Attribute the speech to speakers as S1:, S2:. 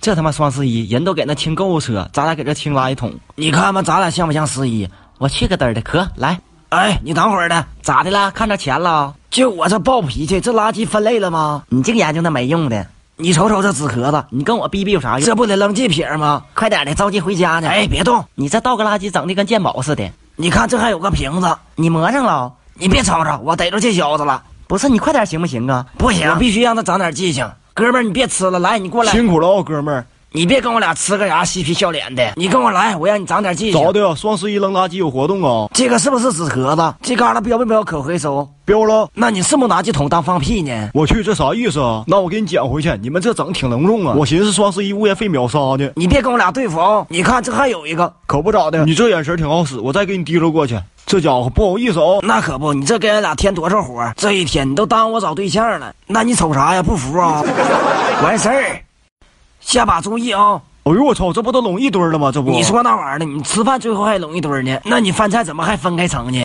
S1: 这他妈双十一人都给那听购物车，咱俩给这听垃圾桶。你看吧，咱俩像不像十一？我去个嘚儿的，可来！哎，你等会儿的，咋的了？看着钱了？就我这暴脾气，这垃圾分类了吗？你净研究那没用的。你瞅瞅这纸壳子，你跟我逼逼有啥用？这不得扔祭品吗？快点的，着急回家呢！哎，别动，你这倒个垃圾整的跟鉴宝似的。你看这还有个瓶子，你磨上了？你别吵吵，我逮着这小子了。不是你快点行不行啊？不行，我必须让他长点记性。哥们儿，你别吃了，来，你过来。
S2: 辛苦了啊，哥们儿，
S1: 你别跟我俩呲个牙嬉皮笑脸的，你跟我来，我让你长点记性。
S2: 咋的呀？双十一扔垃圾有活动啊？
S1: 这个是不是纸壳子？这旮旯标没标可回收？
S2: 标了，
S1: 那你是不是拿这桶当放屁呢？
S2: 我去，这啥意思啊？那我给你捡回去，你们这整挺隆重啊。我寻思双十一物业费秒杀呢，
S1: 你别跟我俩对付啊、你看这还有一个，
S2: 可不咋的。你这眼神挺好使，我再给你提溜过去。这家伙不好意思啊，
S1: 那可不，你这给俺俩添多少活儿？这一天你都耽误我找对象了，那你瞅啥呀？不服啊？完事儿，下把注意啊、
S2: 哎呦我操，这不都拢一堆儿了吗？这不，
S1: 你说那玩意儿呢？你吃饭最后还拢一堆儿呢，那你饭菜怎么还分开盛呢？